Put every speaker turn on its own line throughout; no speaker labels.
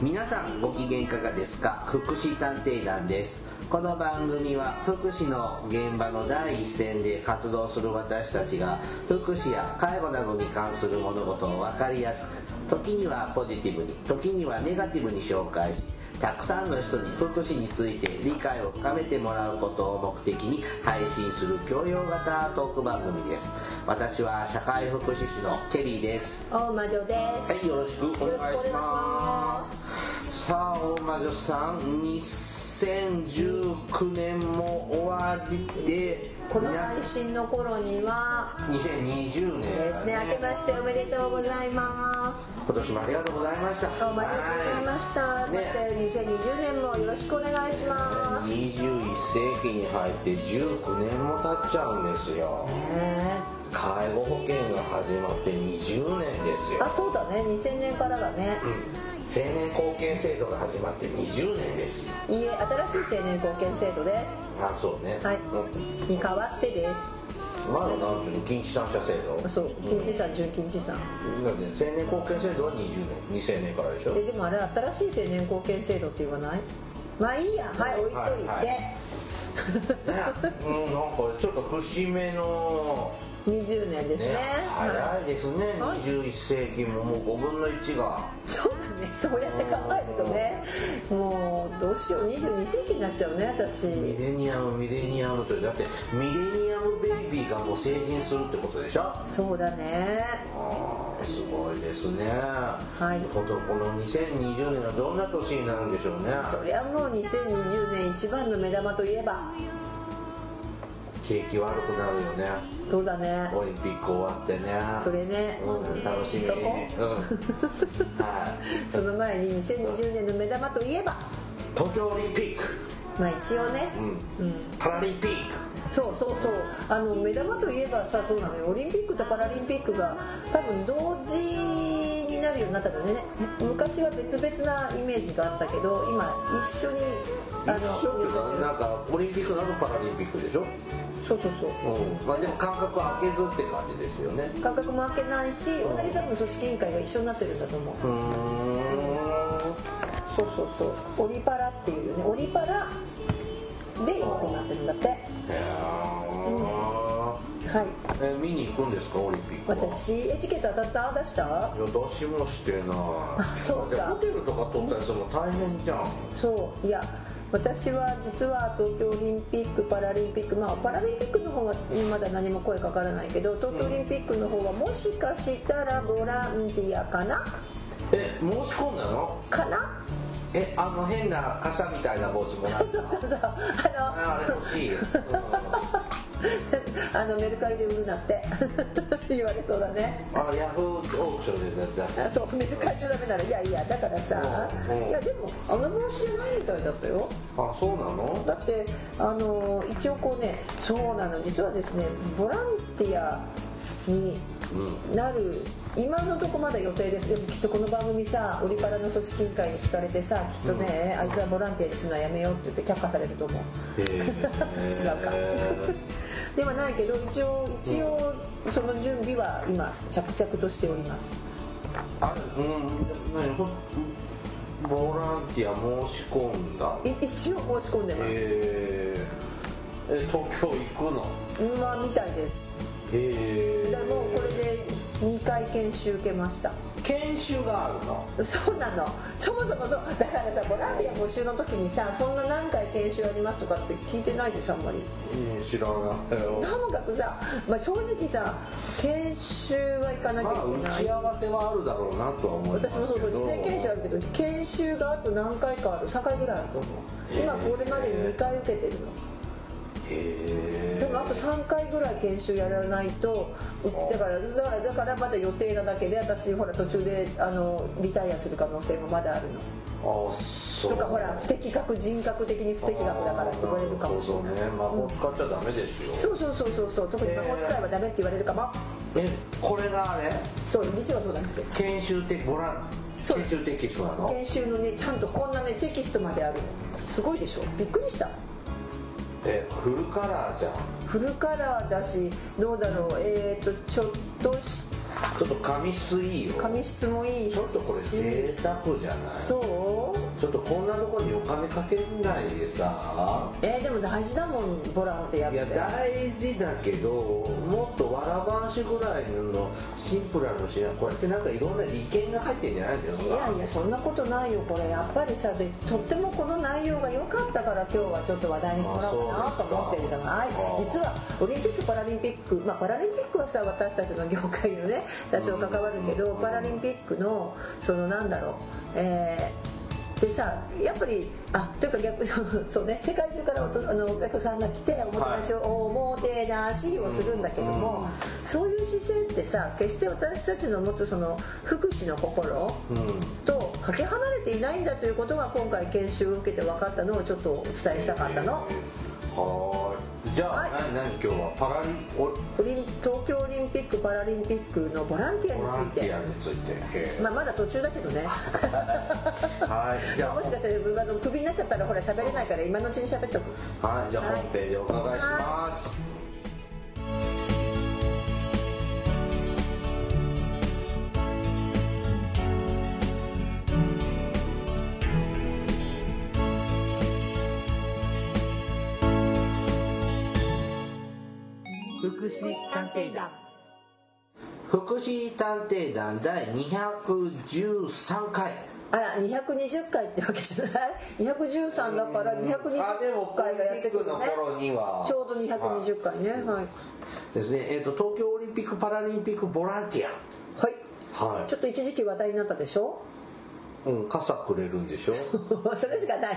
皆さんご機嫌いかがですか福祉探偵団ですこの番組は福祉の現場の第一線で活動する私たちが福祉や介護などに関する物事を分かりやすく時にはポジティブに時にはネガティブに紹介したくさんの人に福祉について理解を深めてもらうことを目的に配信する教養型トーク番組です私は社会福祉士のケリーです
大魔女です。
はいよろしくお
よろしくお
願い
願い
し
し
ま
ますす。
さあ大魔女さん2019年も終わりで
この配信の頃には、
2020年
ですね、明けましておめでとうございます。
今年もありがとうございました
どうもありがとうございました。そして
ね
2020年もよろしくお願いします。ね
21世紀に入って19年も経っちゃうんですよ介護保険が始まって20年です
えあ、
よ
そうだね、2000年からだね。
青年貢献制度が始まって20年ですよ
いいえ、新しい青年貢献制度です。
あそうね
はい
うん
に代わってです。
前のなんちゅうの近畿三者制度
あそう、金地さん、純金地さん。
だって青年貢献制度は20年2000年からでし ょ
え、でもあれ、新しい青年貢献制度って言わないまあいいや、はい、置いといて。
はいはねうん、なんかちょっと節目の、
20年で
ね
すね。はい
早いですね、
はい
21世紀ももう5分の1が
そうだね、そうやって考えるとね、もうどうしよう、22世紀になっちゃうね、私。
ミレニアムミレニアムとだってミレニアムベイビーがもう成人するってことでしょ
そうだね。
あーすごいですね、
い
ほんとこの2020年はどんな年になるんでしょうね
そりゃもう2020年一番の目玉といえば、
景気悪くなるよね
そうだね。
オリンピック終わってね
それね
うん、楽しみ
そこ
うんはい
その前に2020年の目玉といえば、
東京オリンピック、
まあ一応ね、
う
うんん。
パラリンピック
そうそうそうあの目玉といえばさそうなのよオリンピックとパラリンピックが多分同時になるようになったのね昔は別々なイメージがあったけど今一緒にあの
一緒っていうかなんかオリンピックなのパラリンピックでしょ、
そうそうそう
うんまあ、でも間隔空けずって感じですよね
感覚も開けないし同じ多分組織委員会が一緒になってるんだと思う
うーん
そうそうそうオリパラっていうよねオリパラで一個になってるんだって
へー
はい
え見に行くんですかオリンピックは
私エチケット当たった出した
いや出しもしてない
あそうか
だってホテルとか取ったりするの大変じゃん
そういや私は実は東京オリンピック・パラリンピック、まあ、パラリンピックの方はまだ何も声かからないけど東京オリンピックの方はもしかしたらボランティアかな
え申し込んだの
かな
えあの変な傘みたいな帽子もら
そう
った
そうそうそうあ
ああれ欲しい、うん
の あのメルカリで売るなって 言われそうだね
あヤフーオークションで出す
あそうメルカリじゃダメならいやいやだからさ
うんうん
いやでもあの帽子じゃないみたいだったよ
あそうなの
だってあの一応こうねそうなの実はですねボランティアになる今のとこまだ予定ですでもきっとこの番組さオリパラの組織委員会に聞かれてさきっとね、あいつはボランティアにするのはやめようって言って却下されると思う
へー
違うかではないけど一応一応その準備は今着々としております
あれうん何ほボランティア申し込んだ
い一応申し込んでます、
えー、え東京行くの
まあみたいです
へ
でもうこ
え
れで2回研修受けました
研修があるの
そうなのそもそもそうだからさボランティア募集の時にさそんな何回研修ありますとかって聞いてないでしょあんまり
うん知らないよ
ともかくさ、まあ、正直さ研修は行かなきゃ
まあ
いけ
打
な
ち
い、
上がってはあるだろうなとは思います
私
けど
もそうそう事前研修あるけど研修があと何回かある3回ぐらいあると思う今これまで2回受けてるの
へ
でもあと3回ぐらい研修やらないとだからだからだからまだ予定なだけで私ほら途中であのリタイアする可能性もまだある
ー
の
あそう
とかほら不適格人格的に不適格だからって言われるかもしれない
なるほどね魔法使っちゃダメですよ、
そうそうそうそうそう特に魔法使いはダメって言われるかも
えこれがあれ
そう実はそうなんですよ
研修的ボラン
そう
研修的人なの
研修のねちゃんとこんなねテキストまであるのすごいでしょびっくりした
えフルカラーじゃん
フルカラーだしどうだろうえー、とちょっとし
ちょっと紙質いいよ
紙質もいいし
ちょっとこれ贅沢じゃない
そう
ちょっとこんなとこにお金かけないでさ
えーでも大事だもんボランってやっ
いや
て
大事だけどもっとわらばんしぐらいのシンプルなのしなこれってなんかいろんな利権が入ってんじゃないんだよ
いやいやそんなことないよこれやっぱりさでとってもこの内容が良かったから今日はちょっと話題にしてもらおうか
あ
な
そ
と
うですか
思ってるじゃない
あー
実はオリンピック・パラリンピック、まあ、パラリンピックはさ私たちの業界のね多少関わるけど
うん
パラリンピックのそのなんだろうえーでさやっぱりあというか逆に そうね世界中からおとあのお客さんが来ておもてなしを、おもてなしをするんだけども、そういう姿勢ってさ決して私たちのもっとその福祉の心
うん
とかけ離れていないんだということが今回研修を受けて分かったのをちょっとお伝えしたかったの
はーいじゃあ、
はい
何何今日はパラリお
オリン東京オリンピック・パラリンピックのボランティ
ボラ
ア
ン
につ
テ
い
ィ
て
アについてへー
まあ、まだ途中だけど ね
はいじゃ
もしかしたらあのクビになっちゃったらほら喋れないから今のうちに喋っとく
あはいじゃあ本編でお伺いします
福祉探偵団
福祉探偵団第213回
あら220回ってわけじゃない213だから
あでも
220回がやってくる
オ
ね
リンピックの頃には
ちょうど220回ねはい、
ですね、えっと東京オリンピック・パラリンピックボランティ
はい、
アは
ちょっと一時期話題になったでしょ
い、うん、傘くれるんでしょ
それしかな い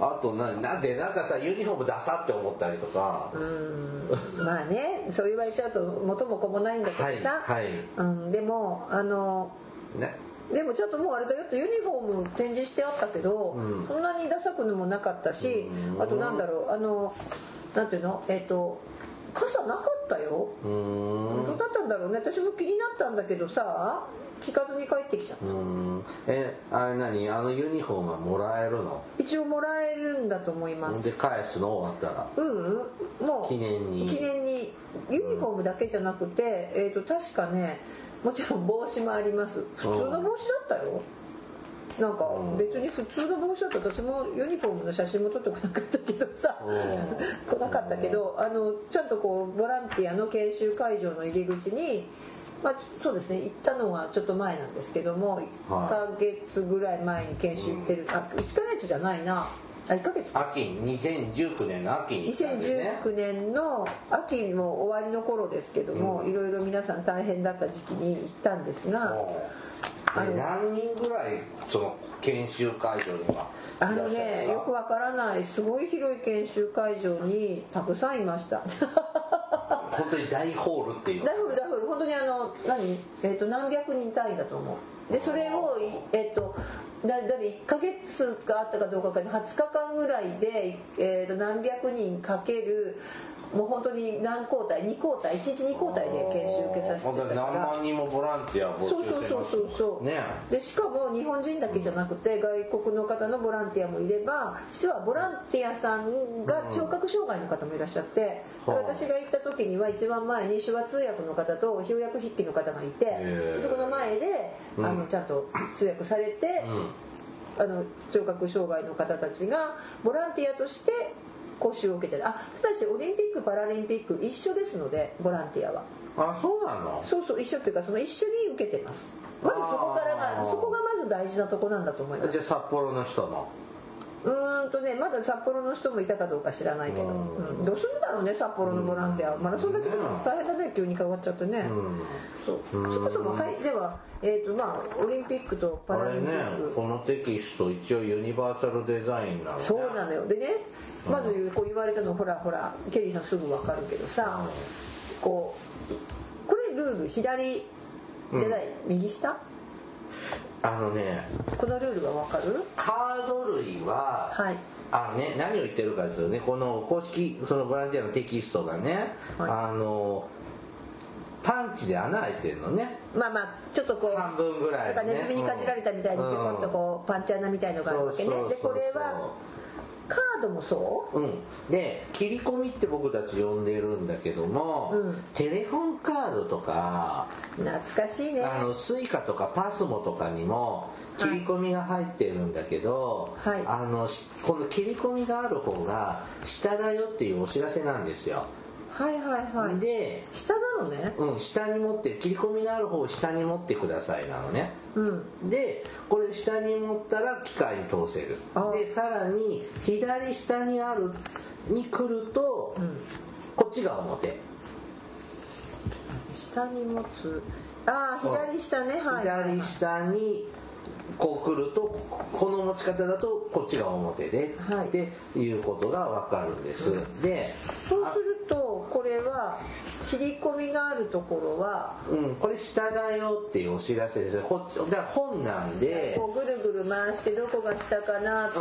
あとななんでなんかさユニフォームダサって思ったりとか、
うん まあねそう言われちゃうと元も子もないんだけどさ、
はいはい
うん、でもあの
ね
でもちょっともうあれだよってユニフォーム展示してあったけど、
うん
そんなにダサくのもなかったし、
うん
あとなんだろうあのなんていうのえっ、と傘なかったよ、
うーん
どうだったんだろうね私も気になったんだけどさ聞かずに帰ってきちゃった
うーんえあれ何あのユニフォームはもらえるの
一応もらえるんだと思います
で返すの終わったら
うんうんもう
記念に
記念にユニフォームだけじゃなくて、えー、と確かねもちろん帽子もあります普通の帽子だったよなんか
うん
別に普通の帽子だった私もユニフォームの写真も撮ってこなかったけどさ
う
来なかったけどあのちゃんとこうボランティアの研修会場の入り口に、まあ、そうですね行ったのがちょっと前なんですけども1ヶ月ぐらい前に研修行ってる、あ1ヶ月じゃないなあ1ヶ月か
秋に2019年の秋に行ったんでね
2019年の秋も終わりの頃ですけども、
うん
いろいろ皆さん大変だった時期に行ったんですが、
うん
あの
え何人ぐらいその研修会場には
あのねよくわからないすごい広い研修会場にたくさんいました
本当に大ホールっていう
ダフルダフル本当にあの何、えっと何百人単位だと思うでそれをいえっ、とだだ1ヶ月があったかどうかか20日間ぐらいで、えっと何百人かけるもう本当に何交代2交代1日2交代で研修受けさせていただいた
何万人もボランティア募
そう
集し
そう
て
そ
ま
う
す
そうそう、
ね
でしかも日本人だけじゃなくて外国の方のボランティアもいれば実はボランティアさんが聴覚障害の方もいらっしゃって、
うんはあ
私が行った時には一番前に手話通訳の方と翻訳筆記の方がいて
へえ
そこの前であ
う
の
ん
ちゃんと通訳されて、あの聴覚障害の方たちがボランティアとして講習を受けてあただしオリンピック・パラリンピック一緒ですのでボランティアは。
うんあそうなの
そうそう一緒というかその一緒に受けてますまずそこから
あ
が
ー
そこがまず大事なとこなんだと思います
じゃあ札幌の人も
うーんとねまだ札幌の人もいたかどうか知らないけど、
うん
うんどうするんだろうね札幌のボランティアマラソンだけど
うん
大変だね急に変わっちゃってね、
うん
そうそ
うん
もそもはいではえっ、とまあオリンピックとパ
あ
ラリ
れ
ンピ
ね
ック、
このテキスト一応ユニバーサルデザインなのね
そうなのよでねまず言うこう言われたのほらほらケリーさんすぐ分かるけどさ、こうこれルール左じゃない、右下
あのね
このルールは分かる
カード類は、
はい
あね、何を言ってるかですよねこの公式そのボランティアのテキストがね、
はい
あのパンチで穴開いてるのね
まあまあちょっとこう
半分ぐらい
なん
ね
かネズミにかじられたみたいにピ
うん
ョコンとこうパンチ穴みたいのがあるわけ
そ
ね
うそうそうそう
でこれはカーードもそう
うん、で切り込みって僕たち呼んでるんだけども、
うん
テレフォンカードとか
懐かしいね
あのスイカとかパスモとかにも切り込みが入ってるんだけど、
はい
あのしこの切り込みがある方が下だよっていうお知らせなんですよ、
はいはいはい
で、
下なのね
うん、下に持って切り込みのある方を下に持ってくださいなのね
うん
でこれ下に持ったら機械に通せる
あー
でさらに左下にあるに来ると、
うん
こっちが表、
下に持つああ
そう
左下ねはい
左下にこう来るとこの持ち方だとこっちが表で、
はい
っていうことがわかるんです、で
そう
あ
するとこれは切り込みがあるところは
うん、これ下だよっていうお知らせですこっちだから本なんで
こうぐるぐる回してどこが下かなっ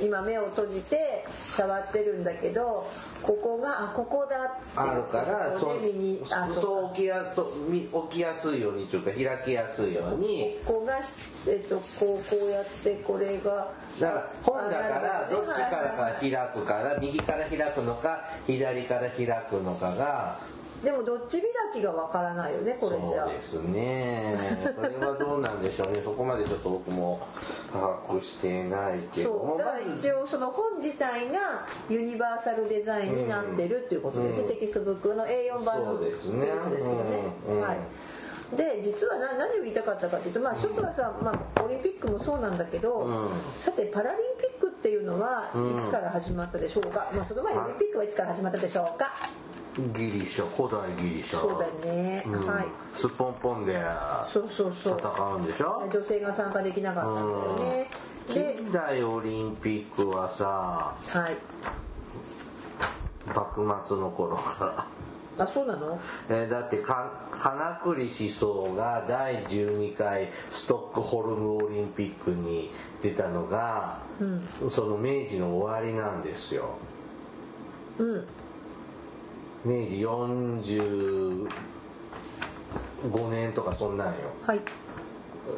て今目を閉じて触ってるんだけどここがあここだって
あるから
ここで右あ
そうそう
う
起きやそうみ起きやすいようにちょっと開きやすいように
ここがし、えっと、こうこうやってこれが
だから本だから
あなる
ど
ほ
っちか
ねはい
ら
はいは
開くから右から開くのか左から開くのかが
いでもどっち開きがわからないよねこれじゃ
そうですねそれはどうなんでしょうねそこまでちょっと僕も把握してないけど
そ
も
うだから
まず
一応その本自体がユニバーサルデザインになってるっていうことです、
うん
テキストブックの A4 版の
そうですね
テキストですよね、
うんうん
はいで実はな何を言いたかったかというと、まあ、一つはさ、まあ、オリンピックもそうなんだけど、
うん
さてパラリンピックっていうのは
うん
いつから始まったでしょうか、まあ、その前にオリンピックはいつから始まったでしょうか、
ギリシャ古代ギリシャ
そうだね、
うん
はい
すっぽんぽんで
そうそうそう
戦うんでしょ
女性が参加できなかったんだよね、で
近代オリンピックはさ
はい
幕末の頃から
あそうなの
えーだってか金栗思想が第12回ストックホルムオリンピックに出たのが、
うん
その明治の終わりなんですよ
うん
明治45年とかそんなんよ
はい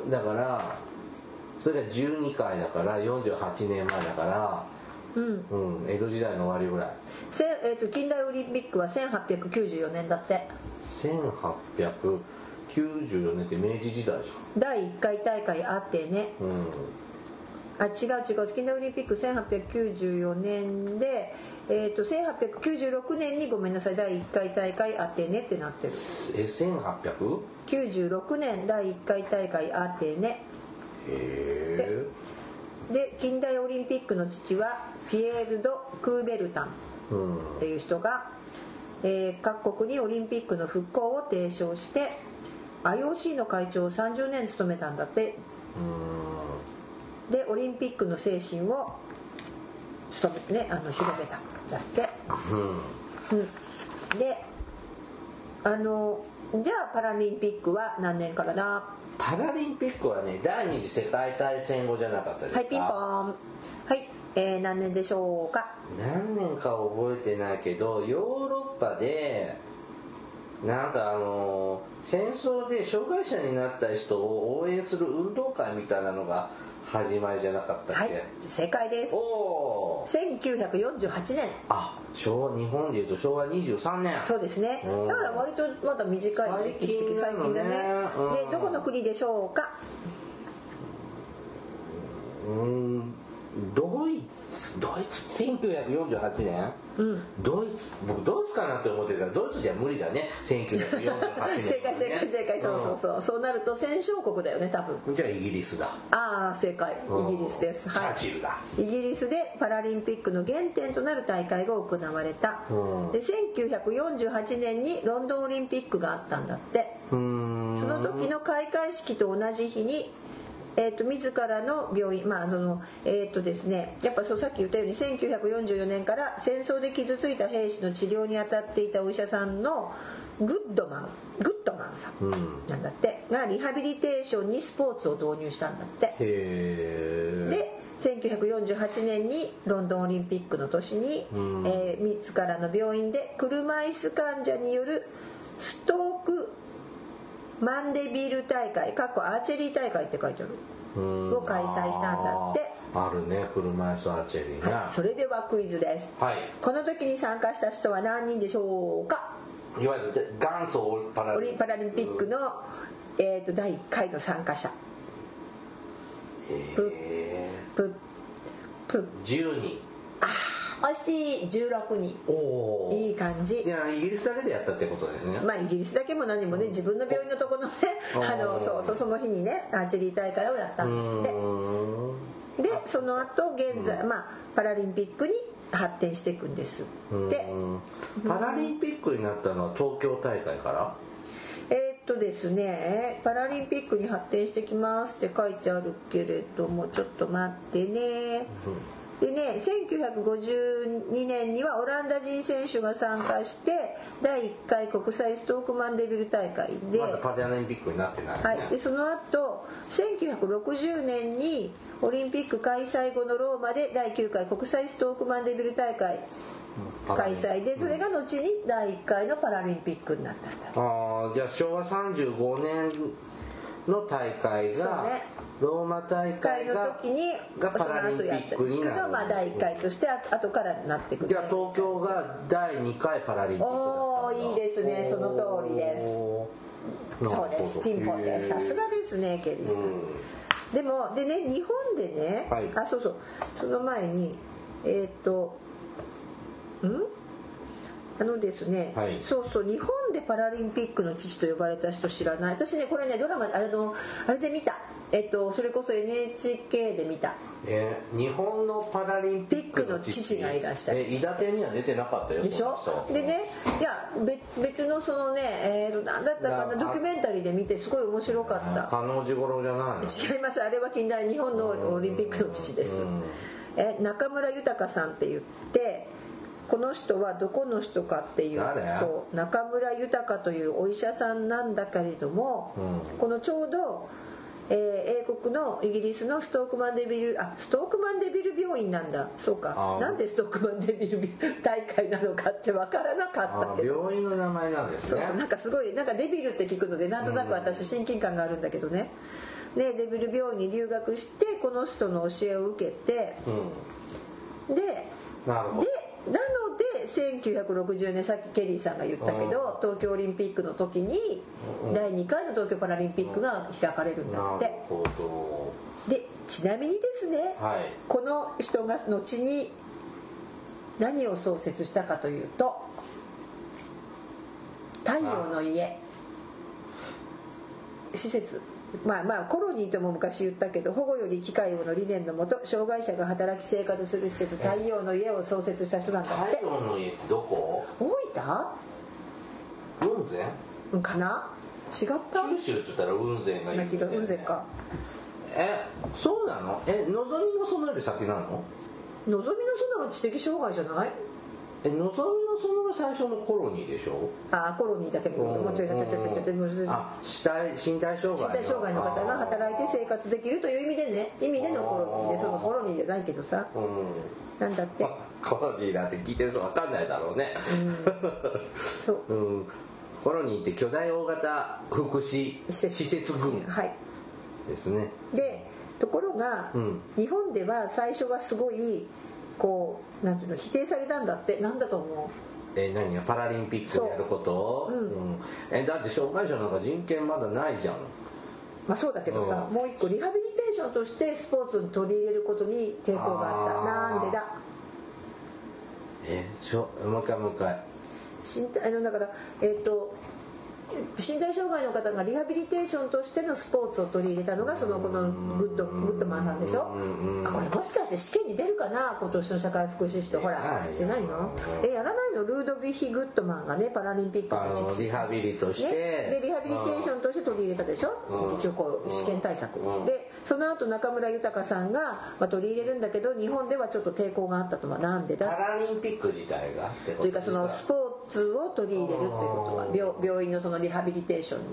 だからそれが12回だから48年前だか
うん
ら、うん、江戸時代の終わりぐらい
せんえー、と近代オリンピックは1894年だって
1894年って明治時代じ
第1回大会あってね
ゃんうん
あ違う違う近代オリンピック1894年で、えー、と1896年にごめんなさい第1回大会あってねってなってる
え 1800?
96年第1回大会あってね
へ
で近代オリンピックの父はピエール・ド・クーベルタン
えうん
っていう人が、えー各国にオリンピックの復興を提唱して IOC の会長を30年務めたんだって
う
でオリンピックの精神を務め、ね、あの広めたんだって、
んうん
うん、であのじゃあパラリンピックは何年からだ
パラリンピックはね第二次世界大戦後じゃなかったですか
はいピンポーンはい、えー何年でしょうか
何年か覚えてないけどヨーロッパでなんかあの戦争で障害者になった人を応援する運動会みたいなのが始まりじゃなかったっけ、
はい正解で
おお
す1948年
あ昭和日本でいうと昭和23年
そうですね
うん
だから割とまだ短い歴史的
最
最
近
近
だ
だ
ね
ね
うん
でどこの国でしょうか
うーんドイツドイツ1948年
うん、
ドイツ僕ドイツかなって思ってたらドイツじゃ無理だね1948年、ね
正解正解正解そうそうそう、そうなると戦勝国だよね多分
うんじゃあイギリスだ
ああ正解
うん
イギリスです、
チャ
は
ーチルだ
い、イギリスでパラリンピックの原点となる大会が行われた、
うん
で1948年にロンドンオリンピックがあったんだって
うーん
その時の開会式と同じ日に、えー、と自らの病院まああのえっ、とですねやっぱそうさっき言ったように1944年から戦争で傷ついた兵士の治療に当たっていたお医者さんのグッドマングッドマンさん
うん
なんだってがリハビリテーションにスポーツを導入したんだって
へえ
で1948年にロンドンオリンピックの年に、
うん
えー自らの病院で車椅子患者によるストークマンデビル大会かっこアーチェリー大会って書いてあるを開催したんだって
あるね車椅子アーチェリーね
はい、それではクイズです
はい
この時に参加した人は何人でしょうか
いわゆるで元祖オリパラ
オリパラリンピックの、えー、と第1回の参加者
え
ププ
ー、10人
惜しい16人
おお
いい感じ
いやイギリスだけでやったってことですね、
まあイギリスだけも何もね自分の病院のとこのね
おー
あのそうそうその日にねアーチェリー大会をやった
う
ので
ーん
でその後現在、まあ、パラリンピックに発展していくんです
う
で
んパラリンピックになったのは東京大会から
えーっとですね「パラリンピックに発展してきます」って書いてあるけれどもちょっと待ってねでね1952年にはオランダ人選手が参加して第1回国際ストークマンデビル大会で、
まだパラリンピックになってないね、
はい、でその後1960年にオリンピック開催後のローマで第9回国際ストークマンデビル大会
パラ
開
リンピック
催でそれが後に第1回のパラリンピックになったん
あ
だ
ーじゃあ昭和35年の大会が、
そうね
ローマ大
1回
会
の
が
時に
がパラリンピックになる
その後やったのがまあ第1回としてあ後からなってくる
じゃあ東京が第2回パラリンピックだったんだ
おーいいですねその通りです
おーなるほ
そう
ど
ですピンポンですさすがですねケリー
う
さん、
ん
でもでね日本でね、
はい
あそうそうその前にえーっとんあのですね、
はい
そうそう日本でパラリンピックの父と呼ばれた人知らない私ねこれねドラマあのあれで見たえっとそれこそ NHK で見た
えー日本のパラリンピックの
ピックの父がいらっしゃる
え伊達には出てなかったよ
でしょ
この人
でねいや別別のそのねえーと何だったかな
な
ドキュメンタリーで見てすごい面白かった
加納治五郎じゃないの
違いますあれは近代日本のオリンピックの父です
うん
え中村豊さんって言ってこの人はどこの人かっていう
誰
と中村豊というお医者さんなんだけれども、
うん
このちょうど、えー英国のイギリスのストークマンデビルあストークマンデビル病院なんだそう
あ
か
ー
なんでストークマンデビル 大会なのかって分からなかった
あ
け
ー
ど。
病院の名前なんです
そう
ね
なんかすごいなんかデビルって聞くのでなんとなく私親近感があるんだけどねでデビル病院に留学してこの人の教えを受けて
うん
で
なるほど
でなので1960年さっきケリーさんが言ったけど、東京オリンピックの時に
うん
第2回の東京パラリンピックが開かれるんだ
なる
って
ほど
でちなみにですね、
はい
この人が後に何を創設したかというと太陽の家施設まあまあコロニーとも昔言ったけど保護より機会をの理念のもと障害者が働き生活する施設太陽の家を創設した人なんだっ
太
て
陽の家ってどこ
大
雲仙
分かな違った
九州っつったら雲仙がいい
な
みた
気
いな
が
ね
雲仙か
えそうなのえ望みの園より先なの
望みの園は知的障害じゃない
え望みの園が最初のコロニーでしょ
ああコロニーだけどもうちょいちょいちょいちょいちょいちょいもうちょい
あ死体身体障害
身体障害の方が働いて生活できるという意味でね意味でのコロニーでそのコロニーじゃないけどさ
活うん
なんだって
コロニーなんて聞いてる人わかんないだろうね
そう
うんコロニーって巨大大型福祉
施設
施設群
はい
ですね
でところが、
うん
日本では最初はすごいこうなんていうの否定されたんだってなんだと思
え何がパラリンピック
そう
でやること
うん
んえだって障害者なんか人権まだないじゃん
うまあそうだけどさ、
うん
もう一個リハビリテーションとしてスポーツに取り入れることに抵抗があった
あー
なんでだ
えしょもう一回もう一回
身体あのだからえっ、と身体障害の方がリハビリテーションとしてのスポーツを取り入れたのがそのこのグッドグッドマンさんでしょ
うんうん
あこれもしかして試験に出るかな今年の社会福祉士とほら
出
出
な
ないい
よ
のえやらないのルードヴィヒ・グッドマンがねパラリンピック
あ
の
の
父
リハビリとして、
ね、でリハビリテーションとして取り入れたでしょ
うん
結局こ
う
うん試験対策
うん
でその後中村豊さんが、まあ、取り入れるんだけど日本ではちょっと抵抗があったとはなんで
パ
だ
ラリンピック自体がってこと
というかそのスポーツを取り入れるということは
うん
病病院のそのリハビリテーションに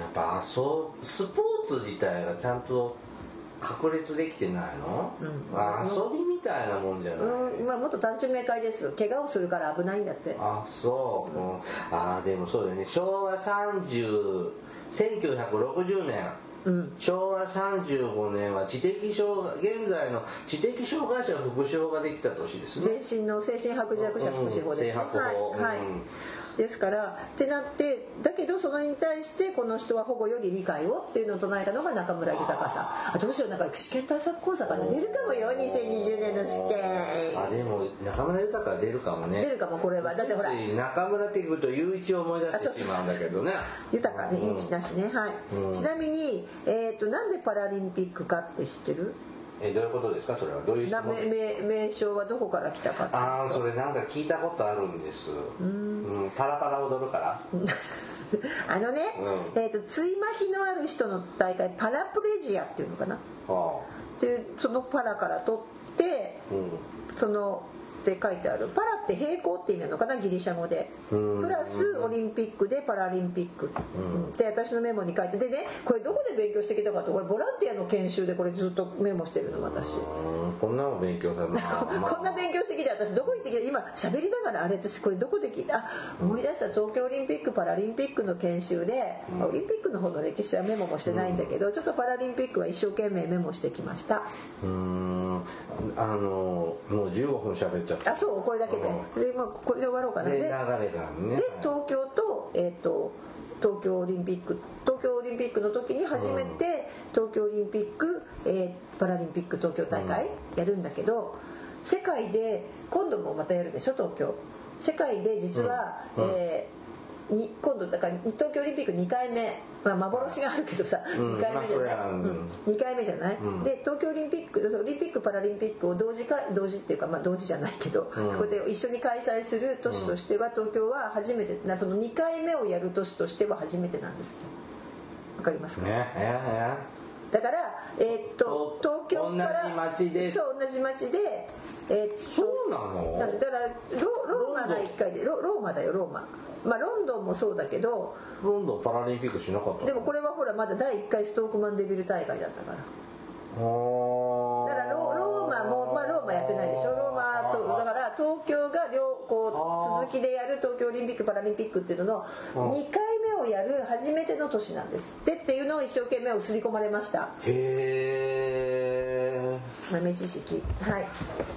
やっぱそうスポーツ自体がちゃんと確立できてないの、
うん
あ遊びみたいなもんじゃない、
うんまあもっと単純明快です怪我をするから危ないんだって
あそう、うんあーでもそうだよね昭和30 1960年
うん
昭和35年は知的障害現在の知的障害者福祉法ができた年ですね
全身の精神薄弱者福祉法ですね、
うんうん精白法
はい、はい
うん
ですからってなってだけどそれに対してこの人は保護より理解をっていうのを唱えたのが中村豊さんあどうしようなんか試験対策講座から出るかもよ2020年の試
あ
験
でも中村豊が出るかもね
出るかもこれはだってほら
ついつい中村って聞くと雄一を思い出してしまうんだけどね
豊かね
うん
いい地だしねはい、
うん
ちなみに、えー、となんでパラリンピックかって知ってる
えどういうことですかそれはどういう質
な
問
名名名称はどこから来たかって
ああそれなんか聞いたことあるんですうん、パラパラ踊るから
あのね、
うん
えー、とついまきのある人の大会パラプレジアっていうのかな
は
でそのパラから取って
あうん
そのって書いてあるパラって平行って意味なのかなギリシャ語で
うん
プラスオリンピックでパラリンピックって私のメモに書いてでねこれどこで勉強してきたかとこれボランティアの研修でこれずっとメモしてるの私
うんこんなの勉強されま
こんな勉強してきて私どこ行ってきた今喋りながらあれ私これどこで聞いたあ思い出した東京オリンピック・パラリンピックの研修で、オリンピックの方の歴史はメモもしてないんだけど、ちょっとパラリンピックは一生懸命メモしてきました
うーんあのもう15分喋っちゃった
あそうこれだけでで、まあ、これで終わろうかな
で
で
流れがね
で東京と,、えー、と東京オリンピック東京オリンピックの時に初めて東京オリンピック、えーパラリンピック東京大会やるんだけど、世界で今度もまたやるでしょ東京世界で実は、
うんうん
えーに今度だから東京オリンピック2回目、まあ、幻があるけどさ、
ん
2回目じ
まあ
ゃない、
それはうん
うん2回目じゃない、
うん
で東京オリンピックオリンピック・パラリンピックを同時か同時っていうか、まあ、同時じゃないけど、
うん
ここで一緒に開催する都市としては東京は初めてなその2回目をやる都市としては初めてなんですわかりますか、
ねええ
だから、えーっと東京から
同じ町で
そう同じ町で、えーっと
そうなの
なんでだからロローマが1回でロローマだよローマ、まあ、ロンドンもそうだけど
ロンドンパラリンピックしなかった
でもこれはほらまだ第1回ストークマンデビル大会だったからだからロローマも、まあ、ローマやってないでしょローマとだから東京が両こ
あ
う
ー
続きでやる東京オリンピック・パラリンピックっていうの
うん
の2回目をやる初めての年なんですでっていうのを一生懸命刷り込まれました
へえ
豆知識はい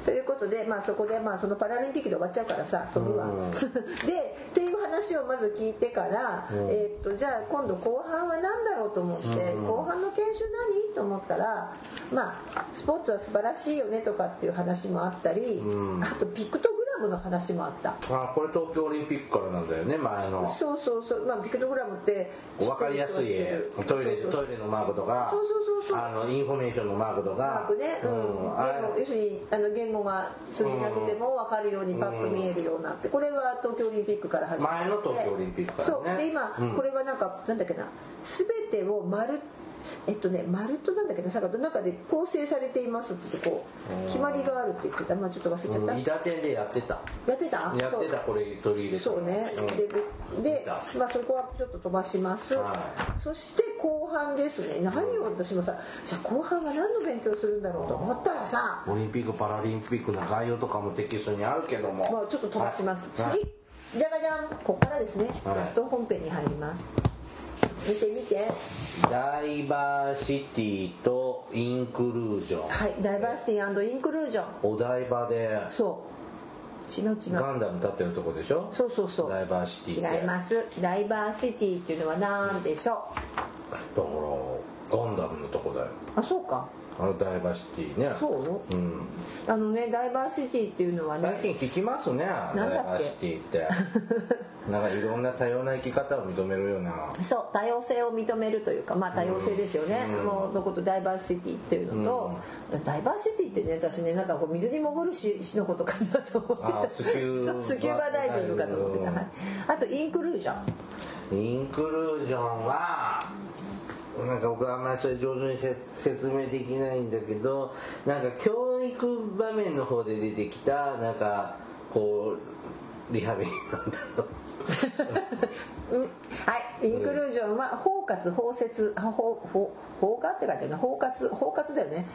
ということで、まあ、そこで、まあ、そのパラリンピックで終わっちゃうからさ飛ぶわ、
うん
でっていう話をまず聞いてから、
うん
えーっとじゃあ今度後半は何だろうと思って、
うん
後半の研修何と思ったらまあスポーツは素晴らしいよねとかっていう話もあったり、
うん
あとピクトグラムの話もあった
あこれ東京オリンピックからなんだよね前の
そうそうそう、まあ、ピクトグラムって知ってる人は
分かりやすい絵
知ってる
トイレトイレのマークとか
そうそうそうそう
あのインフォメーションのマークと
パ
か
ックね、う
うん
ん、
あ
言語要するにあの言語が通じなくても分かるようにパッと見えるようになってこれは東京オリンピックから始まって
前の東京オリンピックからね
そうで今、
うん
これはなんかなんだっけな全てを丸えっとね丸となんだっけななんか中で構成されていますってこ
うん
う決まりがあるって言ってたまあちょっと忘れちゃった、
うん
や
韋駄店でやってた
ってた
やってたこれ取り入れた
そうね、
ん
でで
見た、
まあ、そこはちょっと飛ばします、
は
そして後半ですね何を私もさじゃあ後半は何の勉強するんだろうと思ったらさ
オリンピック・パラリンピックの概要とかもテキストにあるけども
まあ、ちょっと飛ばします、
はいはい
次じゃがじゃんここからですね
はい
やっと本編に入ります見て見て
ダイバーシティとインクルージョン、
はいダイバーシティインクルージョン
お台場で
そう違う違う
ガンダム立ってるとこでしょ
そうそうそう
ダイバーシティって
違いますダイバーシティっていうのは何でしょ
だからガンダムのとこだよ
うあそうか
あのダイバーシティね、
そう
ん、
あのねダイバーシティっていうのはね
最近聞きますねダイ
だっけ
バーシティって なんかいろんな多様な生き方を認めるような
そう多様性を認めるというかまあ多様性ですよね、
うん
もうのことダイバーシティっていうのと、ダイバーシティってね私ねなんかこう水に潜るししのことかなと思って
あ
た
ースキューバ
そうスキューバダイビングかと思ってた、
うん
はい、あとインクルージョン
インクルージョンはなんか僕はあんまりそれ上手にせ説明できないんだけどなんか教育場面の方で出てきたなんかこうリハビリなんだろ
うんはい、インクルージョンは包括包摂あ包包包括って書いてあるな包括包括だよね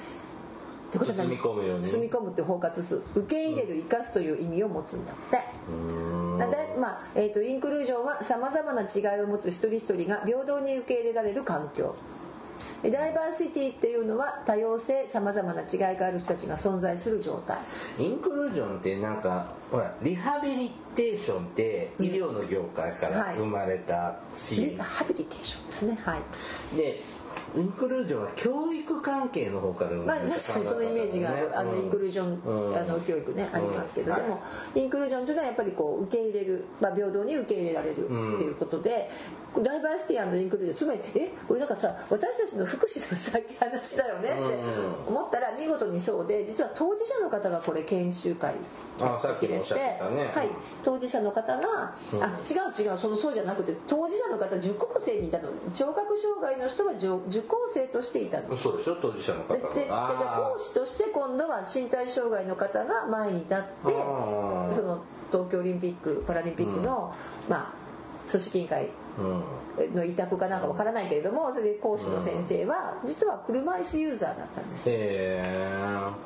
ってことは
包
何
み込むように
包み込むって包括す受け入れる生かすという意味を持つんだって、
う
だいまあえー、とインクルージョンはさまざまな違いを持つ一人一人が平等に受け入れられる環境でダイバーシティっていうのは多様性さまざまな違いがある人たちが存在する状態
インクルージョンってなんかほらリハビリテーションって医療の業界か
は
ら
い
生まれたし、
リハビリテーションですねはい
でインクルージョンは教育関係の方から生
まあ
れた
確かにそのイメージがあるあのインクルージョ
う
ン
ん
あの教育ねありますけど
うん
でもインクルージョンというのはやっぱりこう受け入れるまあ平等に受け入れられるっていうことでダイバーシティインクルージョンつまりえこれだからさ私たちの福祉のさっき話だよねって思ったら見事にそうで実は当事者の方がこれ研修会
あさっき
入
もおっ
れ
てしゃってたね、
はい、当事者の方が、
うん
あ違う違うそのそうじゃなくて当事者の方受講生にいたの聴覚障害の人は受受講生としていたの。
そうでしょ当事者の方
でで
が
で講師として今度は身体障害の方が前に立って
あー
その東京オリンピック・パラリンピックの、まあ、組織委員会
うん
の委託かなんかわからないけれどもそれで講師の先生は実は車椅子ユーザーだったんですよ
へ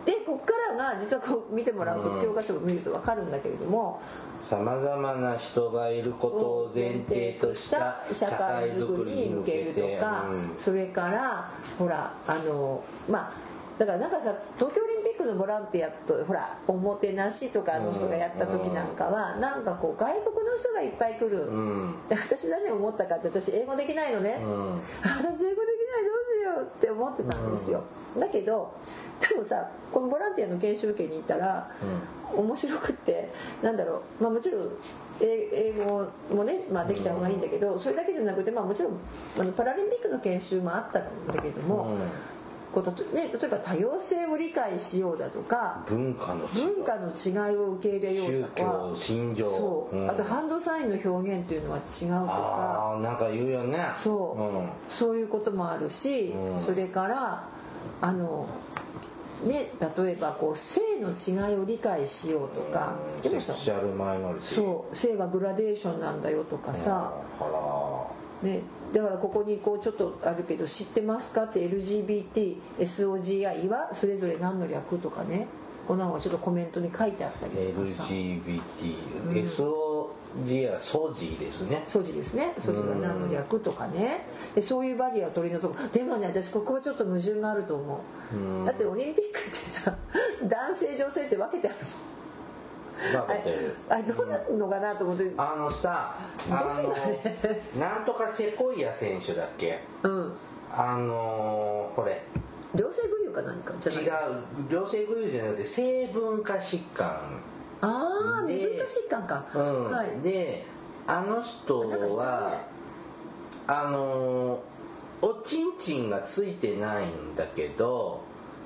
ー
でここからが実はこう見てもらう
うん
と教科書を見るとわかるんだけれども
さまざまな人がいることを前提とした
社会づくりに向けるとか、
うん
それからほらあのまあだからなんかさ東京オリンピックのボランティアとほらおもてなしとかあの人がやった時なんかは、なんかこう外国の人がいっぱい来る、
うん
で私何を思ったかって私英語できないのね、
うん
私英語できないどうしようって思ってたんですよ、だけどでもさこのボランティアの研修受けに行ったら、面白くってなんだろう、まあ、もちろんえ英語もね、まあ、できた方がいいんだけど、それだけじゃなくて、まあ、もちろんあのパラリンピックの研修もあったんだけど
う
も、
ん
こうたとね、例えば多様性を理解しようだとか
文化の違い
文化の違いを受け入れよう
宗
とか
教。信条
そう、
ん
あとハンドサインの表現というのは違うとか
あーなんか言うよね
そう、そういうこともあるし、
うん
それからあのね例えばこう性の違いを理解しようとか、
うん、
で
セ
も
ク
さ
シャルマイノリティ
そう性はグラデーションなんだよとかさ、
あら
ね、だからここにこうちょっとあるけど知ってますかって LGBTSOGI はそれぞれ何の略とかねこんなのがちょっとコメントに書いてあったりとかさ
LGBT、SOG はソジーですね
素地ですね素地は何の略とかねでそういうバリアを取り除くでもね私ここはちょっと矛盾があると思う、
うん
だってオリンピックってさ 男性女性って分けてある
まあ
もんあれどうなるのかなと思って
あのさ
どうすんだろ
あのなんとかセコイア選手だっけ
うん
あのーこれ
両性具有か何かじゃな
違
いう
良性具有じゃなくて性分化疾患、
ああ
で
身分化疾患か、
うん
はい
であの人はあのーおちんちんがついてないんだけど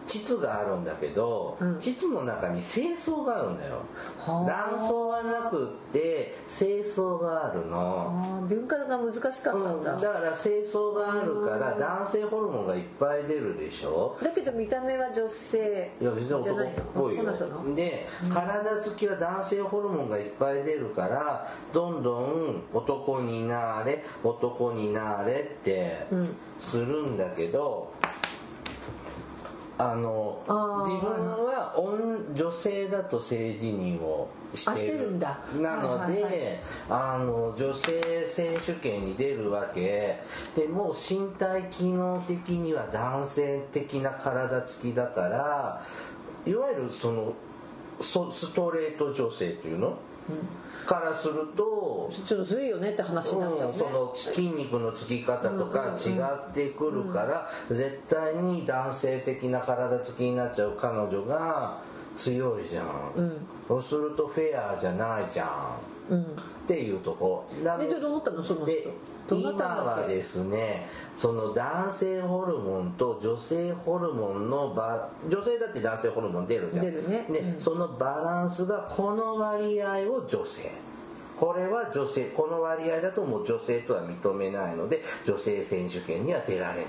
膣があるんだけど、
うん
膣の中に精巣があるんだよ
はあ
卵巣はなくって精巣があるの。
ああ文化が難しかった
うんん、
だ、
だから清掃があるから男性ホルモンがいっぱい出るでしょ
だけど見た目は女性
いや全然男っぽい
じゃないの男の人な
よで体つきは男性ホルモンがいっぱい出るからどんどん男になれ男になれって
うん
するんだけどあの
あー
自分は女女性だと性自認をしてる
あしてるんだ
なの
はい
で、
はいはい
あの女性選手権に出るわけでもう身体機能的には男性的な体つきだからいわゆるそのそストレート女性というの、からすると
ちょっとずるいよねって話になっちゃうね、
うんその筋肉のつき方とか違ってくるから、絶対に男性的な体つきになっちゃう彼女が強いじゃん、
うん
そうするとフェアじゃないじゃん
うん
っていうとこな
でどうなったのその人
で
どうな
今
ったんだっけ
はですねその男性ホルモンと女性ホルモンのバ女性だって男性ホルモン出るじゃん
出るね
で
うん
そのバランスがこの割合を女性これは女性この割合だともう女性とは認めないので女性選手権には出られない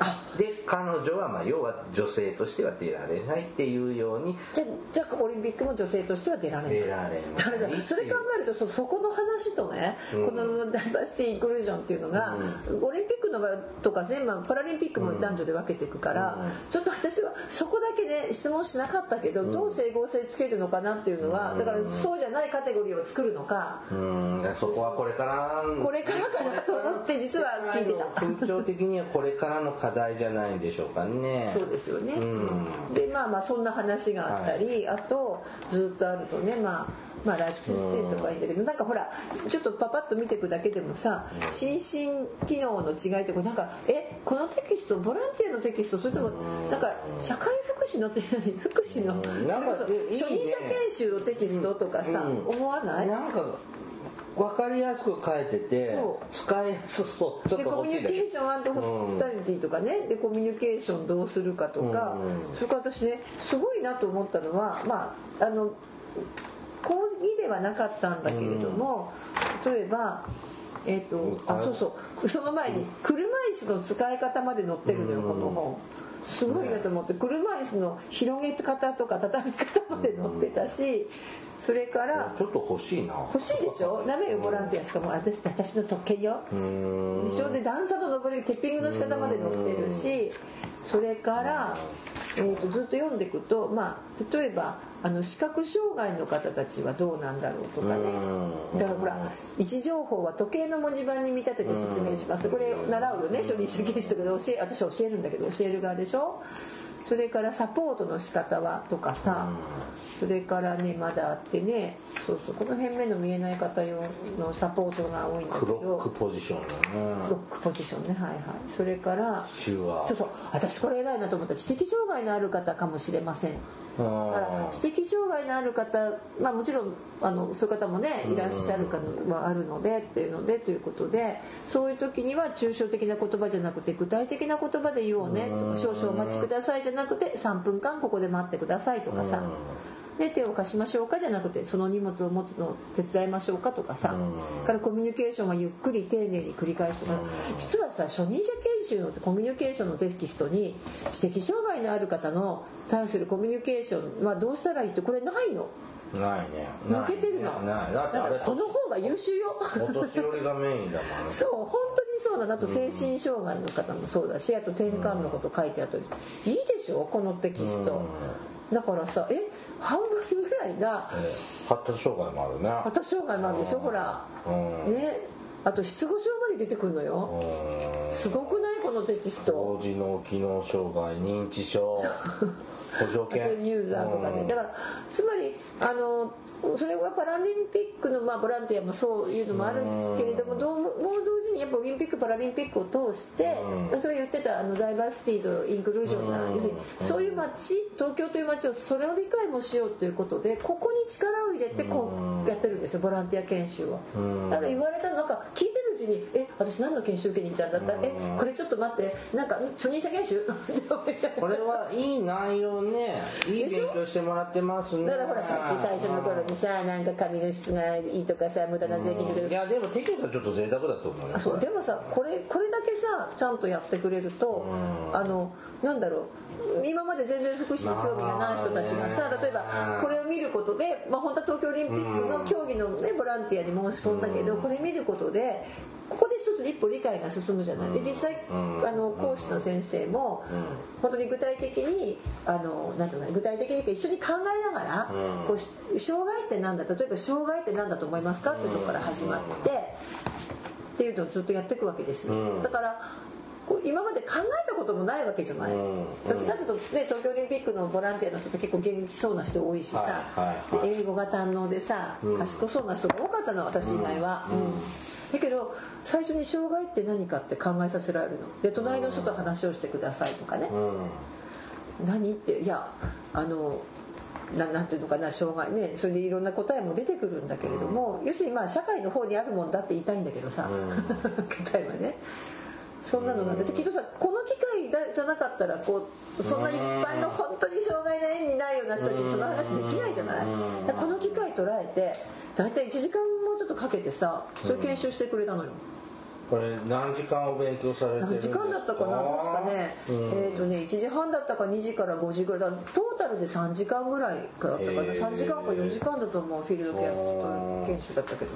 あ
で彼女はまあ要は女性としては出られないっていうように
じゃじゃあオリンピックも女性としては出られない
出られ
だからさ
ない
それ考えるとそそこの話とね、
うん
このダイバーシティ・インクルージョンっていうのが、オリンピックの場合とかね、まあ、パラリンピックも男女で分けていくから、
うん
ちょっと私はそこだけね質問しなかったけど、どう整合性つけるのかなっていうのは、だからそうじゃないカテゴリーを作るのか、
うんだからそこはこれから
これからかなと思って実は聞いてた
風潮的にはこれからの課題じゃないんでしょうかね
そうですよね、
うん
でまあまあそんな話があったり、あとずっとあるとねまあまあ、ライプツィヒ選手とかいいんだけど、なんかほらちょっとパパッと見ていくだけでもさ、心身機能の違いってこうなんかえこのテキストボランティアのテキストそれともなんか社会福祉のって 何福祉の、
うんなんか
それこそ初
いいね
任者研修のテキストとかさ、
うん
思わない
なんか分かりやすく書いてて
そ
使いやすそうちょっ
で
と
コ
欲
ミ
しい
ュニケ
だけ
ーションアンドホスピタリティとかね、でコミュニケーションどうするかとか、
うん
それから私ねすごいなと思ったのはまああの講義ではなかったんだけれども、例えば。えっ
うん
とあそうそうその前に車椅子の使い方まで載ってるのよ
うん
この本すごいなと思って車椅子の広げ方とか畳み方まで載ってたしそれから
ちょっと欲しいな
欲しいでしょダメよボランティアしかも私私の特権よ
うん
でしょで段差の登りテッピングの仕方まで載ってるしそれから、えー、とずっと読んでいくと、まあ、例えばあの視覚障害の方たちはどうなんだろうとかね
うん
だからほら位置情報は時計の文字盤に見立てて説明しますでこれ習うよね初任者研修とかで教え私は教えるんだけど教える側でしょそれからサポートの仕方はとかさそれからねまだあってねそうそうこの辺目の見えない方用のサポートが多いんだけ
クロック
ど
ポジションだ
ロ
ね
ックポジションねはいはいそれから
手話
そうそう私これ偉いなと思った知的障害のある方かもしれませんだか
あ
ら知的障害のある方、まあ、もちろんあのそういう方もねいらっしゃる方はあるのでっていうのでということでそういう時には抽象的な言葉じゃなくて具体的な言葉で言おうねと
う
か
ん
少々お待ちくださいじゃなくて3分間ここで待ってくださいとかさで手を貸しましょうかじゃなくてその荷物を持つのを手伝いましょうかとかさ
うん
からコミュニケーションはゆっくり丁寧に繰り返すとか実はさ初任者研修のコミュニケーションのテキストに知的障害のある方の対するコミュニケーションはどうしたらいいってこれないの
うんないね
抜けてるの
ないだってあ
だ
れ
からこの方が優秀 よ
お年寄りがメインだもんね
そう本当にそうだなあと精神障害の方もそうだしあと転換のこと書いてあったりいいでしょこのテキストだからさえ半分ぐらいが
えー発達障害もあるね
発達障害もあるでしょほら
うん
ねあと失語症まで出てくるのよ
うん
すごくないこのテキスト
高次脳機能障害認知症補助犬
ユーザーとか
う
ね
ん
だからつまりあのそれはパラリンピックの、まあ、ボランティアもそういうのもあるけれども
うん
どうももう同時にやっぱオリンピック・パラリンピックを通して
うん
まあそれ言ってたあのダイバーシティとインクルージョンな
うん
要するにそういう街東京という街をそれを理解もしようということでここに力を入れてこ
うん
うやってるんですよボランティア研修を。
うん
だから言われたのなんか聞いてるうちに「え私何の研修受けに行ったんだった
うん
えこれちょっと待ってなんかん初任者研修?」 って思いながら
これはいい内容ねいい
でしょ
勉強してもらってますね
だからほらさっき最初の頃にさなんか髪の質がいいとかさ無駄な税金とか
うんいやでもテキストちょっと贅沢だと思うよ
あそうでもさこれこれだけさちゃんとやってくれると
うん
あのなんだろう今まで全然福祉に興味がない人たちがさ
まあね
例えばこれを見ることで、まあ、本当は東京オリンピックの競技の、ね、ボランティアに申し込んだけどこれ見ることでここで一つ一歩理解が進むじゃないで実際あ
うん
の講師の先生も本当に具体的にあのなんていうのかな具体的に一緒に考えながら
うん
こうし障害ってなんだ例えば障害ってなんだと思いますかっていうところから始まってっていうのをずっとやっていくわけですよ、
うん
だからこう今まで考えたこともないわけじゃない、
うん
どっちかっていうと、ね、東京オリンピックのボランティアの人って結構元気そうな人多いしさ、
はいはいはい
で英語が堪能でさ、
うん
賢そうな人が多かったの私以外は、
うん
うんだけど最初に障害って何かって考えさせられるので隣の人と話をしてくださいとかね、
うん
何っていやあのななんていうのかな障害ねそれでいろんな答えも出てくるんだけれども、要するにまあ社会の方にあるもんだって言いたいんだけどさ、
うん
答えはねそんなのなんてきっとさこの機会だじゃなかったらこうそんな一般の本当に障害の縁にないような人たちにその話できないじゃない、
うん
だからこの機会捉えて大体1時間もうちょっとかけてさそれ研修してくれたのよ、
うこれ何時間お勉強されてるんで
何
す
時
か
間だったかな確かね、
うん
えっ、とね1時半だったか2時から5時ぐらいだからトータルで3時間ぐらいだったかな、
へー
3時間か4時間だと思うフィールドケア
おー
研修だったけど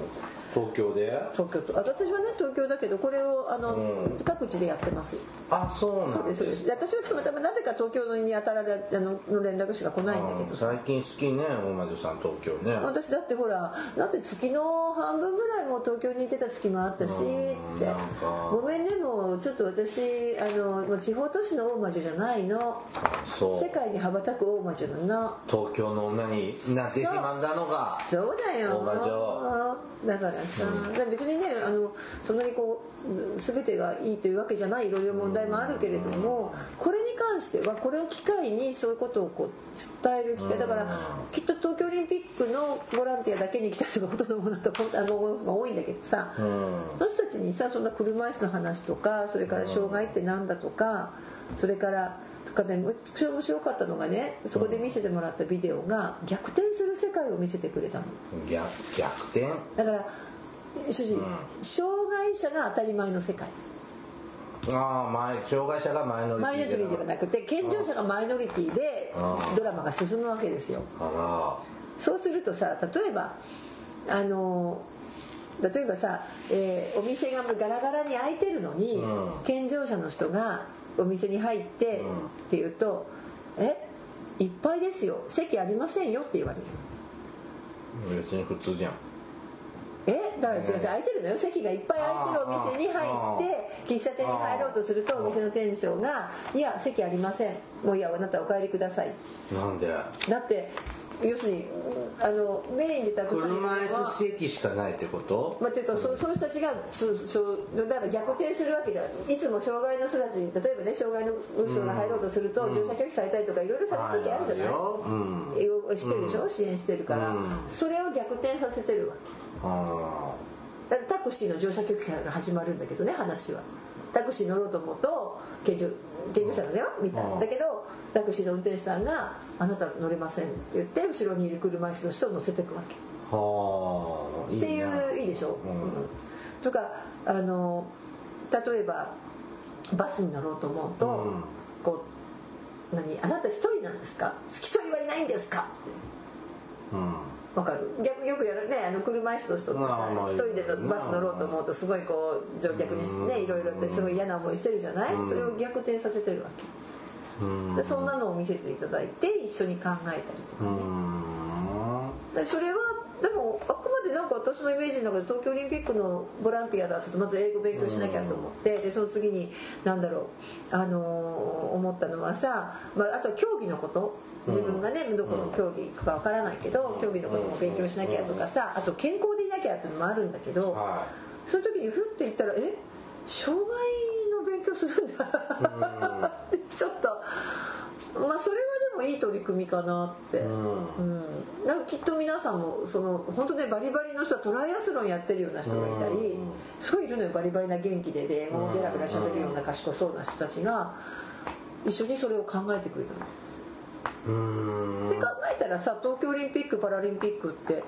東京で
東京とあ私はね東京だけどこれをあの、
うん
各地でやってます
あそう
そ
な
うんですそうですで私はたまたまなぜか東京に当たられあのの連絡しか来ないんだけど
うん
さ
最近好きね大魔女さん東京ね
私だってほらだって月の半分ぐらいもう東京にいてた月もあったしっ
うん
て
なんか
ごめんねもうちょっと私あのもう地方都市の大魔女じゃないの
そう
世界に羽ばたく大魔女なの
東京の女になってしまったのが
そうだよ
大魔女
だからさ、だから別にねあのそんなにこう全てがいいというわけじゃないいろいろ問題もあるけれどもこれに関してはこれを機会にそういうことをこう伝える機会だからきっと東京オリンピックのボランティアだけに来た人がほとんどだと思うあの が多いんだけどさ、
うん
その人たちにさそんな車椅子の話とかそれから障害ってなんだとかそれからとかねむそれ面白かったのがねそこで見せてもらったビデオが逆転する世界を見せてくれたの
逆逆転
だから主人、
うん
障害者が当たり前の世界
ああ前障害者がマイノリティ
マイノリティではなくて健常者がマイノリティで
うん
ドラマが進むわけですよ
あ
そうするとさ例えばあの例えばさ、えーお店がガラガラに開いてるのに、
うん
健常者の人がお店に入って、
うん
って言うと「えいっぱいですよ席ありませんよ」って言われる。
ら別に普通じゃん
えだからすいません空いてるのよ席がいっぱい空いてるお店に入って喫茶店に入ろうとするとお店の店長が「いや席ありませんもういいやあなたお帰りください
なんで」
だって要するにあのメインでたくさんいる
車
のは
椅子席しかないってこと
まあ、ていうかそうそういう人たちがそうそうだから逆転するわけじゃないいつも障害の人たち例えばね障害の人が入ろうとすると、乗車拒否されたりとかいろいろされてる時あるじゃな
は
い、
いあるようん
えおしてるでしょ、支援してるから、
うん
それを逆転させてるわけ
あ
だからタクシーの乗車拒否から始まるんだけどね話はタクシー乗ろうと思うと健常健常者なんだよみたい
うん
なだけどタクシーの運転手さんが「あなた乗れません」って言って後ろにいる車椅子の人を乗せていくわけ
あはあいい
っ
な
ていういいでしょ、
う
うんんとかあの例えばバスに乗ろうと思うと、
うん
こう何「あなた一人なんですか付き添いはいないんですか?」っ
う
て
ん
わかる逆よくやるねあの車椅子の人って
まあ
さ
まあ
一人で
いるよね
のバス乗ろうと思うとすごいこう乗客にし
う
ね
ん
いろいろやってすごい嫌な思いしてるじゃない
うん
それを逆転させてるわ
うん
けでそんなのを見せていただいて一緒に考えたりと
う
かね
ん
でそれはでもあくまでなんか私のイメージの中で東京オリンピックのボランティアだとまず英語勉強しなきゃと思ってでその次に何だろう、あのー思ったのはさ、まあ、あとは競技のこと自分がねどこの競技かわからないけど競技のことも勉強しなきゃとかさあと健康でいなきゃっていうのもあるんだけど
は
そういう時にふって言ったらえ障害の勉強するんだってちょっとまあそれはでもいい取り組みかなって。
いうん
うん、なんかきっと皆さんもその本当ねバリバリの人はトライアスロンやってるような人がいたり、
うん
すごいいるのよバリバリな元気でで英語をベラベラ喋るような賢そうな人たちが一緒にそれを考えてくれたの。
うん
で考えたらさ東京オリンピック・パラリンピックって。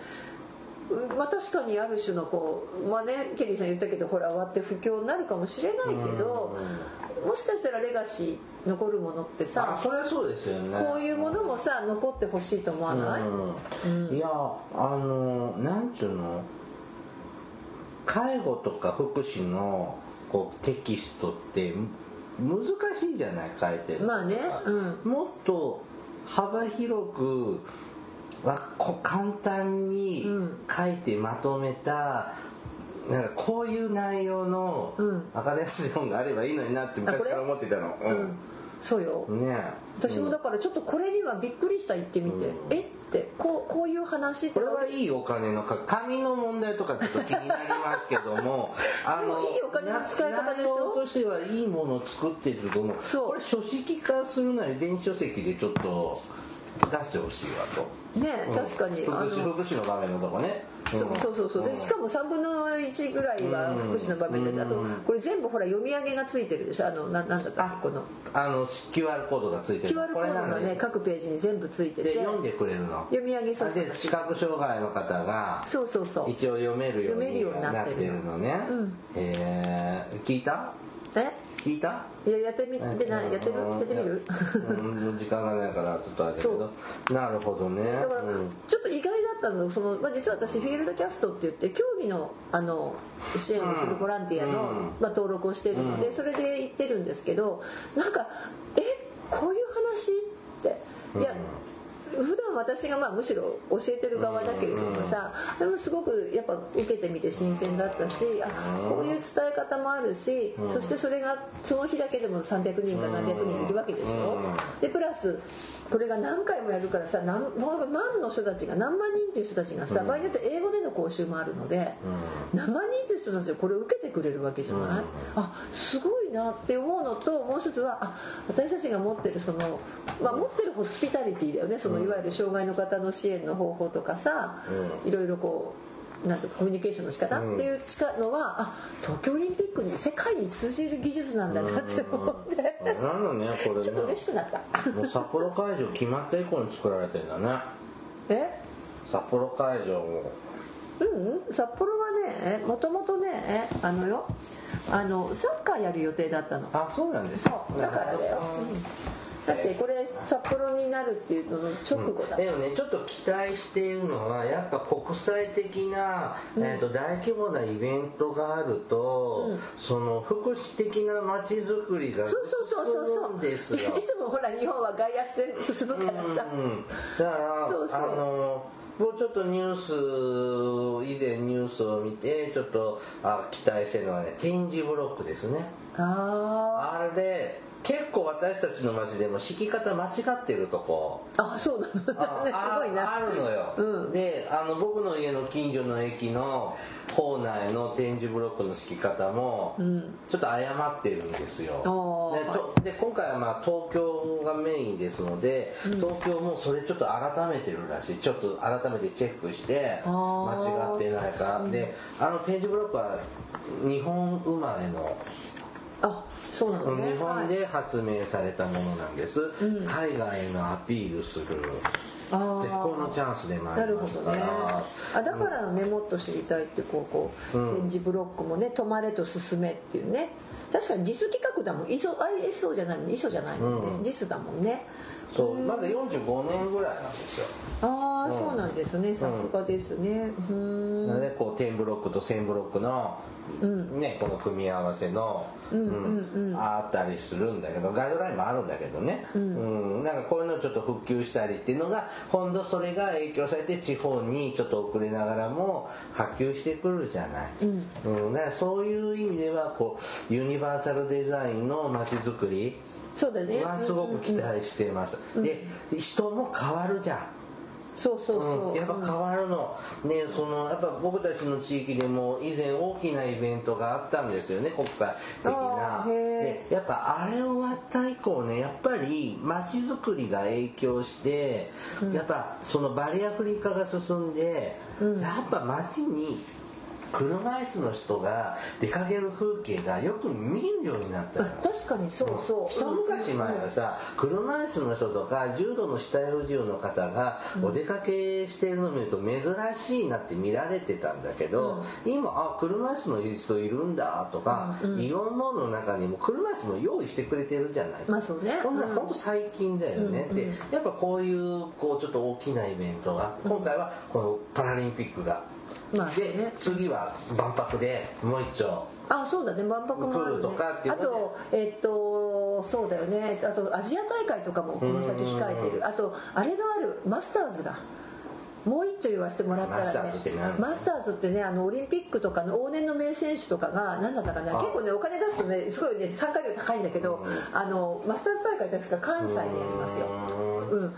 うんまあ、確かにある種のこう、まあね、ケリーさん言ったけどほら終わって不況になるかもしれないけどもしかしたらレガシー残るものって
あ
さ
それはそうですよね
こういうものもさ残ってほしいと思わない、
うんいやあのなんつうの介護とか福祉のこうテキストってむ難しいじゃない書いてる
まあねうん
もっと幅広くわこ簡単に
うん
書いてまとめた、なんかこういう内容の
うん
分かりやすい本があればいいのになって
あ
昔
これ
から思ってたの、
うん、そうよ、
うん、ねえ
私もだからちょっとこれにはびっくりした言ってみて、
うん
えってこうこういう話って
これはいいお金のか紙の問題とかちょっと気になりますけど もあ
でもいいお金の使い方でしょ
な内容としてはいいものを作ってると思う
そう
これ書籍化するなり電子書籍でちょっと出してほしいわと
ね確かに
福
あの
祉福祉の場面のとこね
そうそうそうそうでしかも3分の1ぐらいは福祉の場面だしあとこれ全部ほら読み上げがついてるでしょあのななんだったっけこの
あの QR コードがついてる
QR コードが
これな
ね
んだ
各ページに全部ついて
で
て
読んでくれるの
読み上げさせ
で視覚障害の方が
そうそうそう
一応読めるよう
読めるよう
に
に
な
な
っ
っててる
るのね
うん
えー聞いた
え
聞いた
いややってみてないやってるやってみる
うん時間がないからちょっとあれだけどなるほどね
だから
うん
ちょっと意外だったのその、まあ、実は私フィールドキャストって言って競技のあの支援をするボランティアの、
うん
まあ、登録をしてるので、
うん
それで行ってるんですけどなんか「えこういう話?」っていや、普段私がまあむしろ教えてる側だけれどもさ、でもすごくやっぱ受けてみて新鮮だったしあ
うん
こういう伝え方もあるし、
うん
そしてそれがその日だけでも300人か何百人いるわけでしょ、
うん
でプラスこれが何回もやるからさ何もう万の人たちが何万人っていう人たちがさ、場合によって英語での講習もあるので、何万人という人たちがこれを受けてくれるわけじゃない、
うん
あすごいなって思うのともう一つはあ私たちが持ってるその、まあ、持ってるホスピタリティだよねそのいわゆる障害の方の支援の方法とかさ、
う
いろいろこうなんていうかコミュニケーションの仕方っていう力のは、あ東京オリンピックに世界に通じる技術なんだなって思って、
あれなんだねこれね
ちょっと嬉しくなった。
もう札幌会場決まった以降に作られてんだね
え
札幌会場も
うん、札幌はねもともとねあのよあのサッカーやる予定だったの
あそうなんです
そうだからだよ、だってこれ札幌になるっていうのの直後だ、
でもねちょっと期待しているのはやっぱ国際的な、えー、と大規模なイベントがあると、その福祉的な街づくりが進
そうそうそうそうそ
むん
う
ですよ
いつもほら日本は外圧戦進むからさ、
うん、だから
そうそう
あのもうちょっとニュース以前ニュースを見てちょっとあ期待してるのはね点字ブロックですね
あ
あれ結構私たちの街でも敷き方間違ってるとこ
ーあそうなの す
あ
ごいな
あるのよ、
う
であの僕の家の近所の駅の構内の点字ブロックの敷き方も、
ん
ちょっと誤ってるんですよ
お
で
ー
とで今回はまあ東京がメインですので、東京もそれちょっと改めてるらしいちょっと改めてチェックして
あー
間違ってないか、であの点字ブロックは日本生まれの
あそうなのね
日本
はい
で発明されたものなんです、海外へのアピールする
あー
絶好のチャンスでもあ
な
り
る
ま
ほ
す
ど
か
ね
ら、
あだからねもっと知りたいってこうこう、
うん
展示ブロックもね「止まれと進め」っていうね確かに JIS 企画だもん ISO, ISO じゃないの ISO じゃないもんね、
うん
JIS だもんね
そうまだ45年ぐらいなんですよ、
ああ、そうなんですねさすがですねうーん
なのでこう10ブロックと1000ブロックの、ね、この組み合わせの、うんあったりするんだけどガイドラインもあるんだけどね、うんなんかこういうのをちょっと復旧したりっていうのが今度それが影響されて地方にちょっと遅れながらも波及してくるじゃない、うんだからそういう意味ではこうユニバーサルデザインの街づくり
そうだね
はすごく期待してます、で人も変わるじゃん
そうそうそう、
うん、やっぱ変わるの、ねそのやっぱ僕たちの地域でも以前大きなイベントがあったんですよね国際的な
あーへ
でやっぱあれ終わった以降ねやっぱり街づくりが影響して、やっぱそのバリアフリー化が進んで、やっぱ街に車椅子の人が出かける風景がよく見るようになった
あ
の
確かにそうそう
一昔前はさ車椅子の人とか重度の死体不自由の方がお出かけしてるのを見ると珍しいなって見られてたんだけど、今あ車椅子の人いるんだとか、イオンモールの中にも車椅子も用意してくれてるじゃない
まあそうね
こんな
うん
ほんと最近だよね、でやっぱこういうこうちょっと大きなイベントが今回はこのパラリンピックが、
まあね
で次は万博でもう一丁
あそうだね万博もある、
来る
ね、
とかっていう
あとえっとそうだよねあとアジア大会とかもこの先控えてるあとあれがあるマスターズがもう一丁言わせてもらったらね
マスターズって何
マスターズってねあのオリンピックとかの往年の名選手とかが何だったかな
あ
結構ねお金出すとねすごいね参加料高いんだけど、あのマスターズ大会確か関西でやりますよ、
うーん
うん、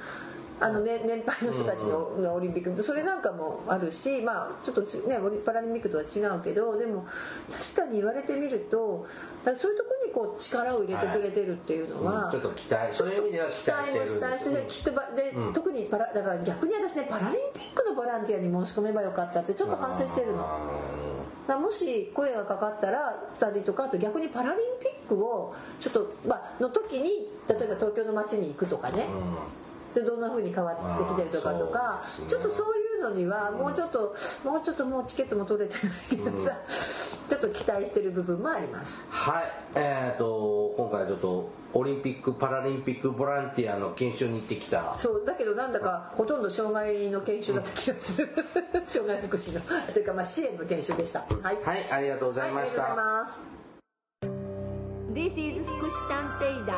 あの、ね、年配の人たちの,、オリンピックそれなんかもあるし、まあ、ちょっとちね、オリパラリンピックとは違うけどでも確かに言われてみるとだからそういうところにこう力を入れてくれてるっていうのは、
うんちょっと期待そういう意味では期待してる
期待しててきっとばで、
うん
特にパラだから逆に私ねパラリンピックのボランティアに申し込めばよかったってちょっと反省してるの。だからもし声がかかったら2人とかあと逆にパラリンピックをちょっと、まあの時に例えば東京の街に行くとかね、でどんな風に変わってきてるとかとか
あーそうですね
ちょっとそういうのにはもうちょっと、もうちょっともうチケットも取れてないけどさ、ちょっと期待してる部分もあります
はいえー、と今回ちょっとオリンピック・パラリンピックボランティアの研修に行ってきた
そうだけどなんだかほとんど障害の研修だった気が する障害福祉のというかまあ支援の研修でしたはい、はい、
はいありがとうご
あ
ざい
りが
ま
とう
し
ござい
た、
ます
This is 福祉探偵団。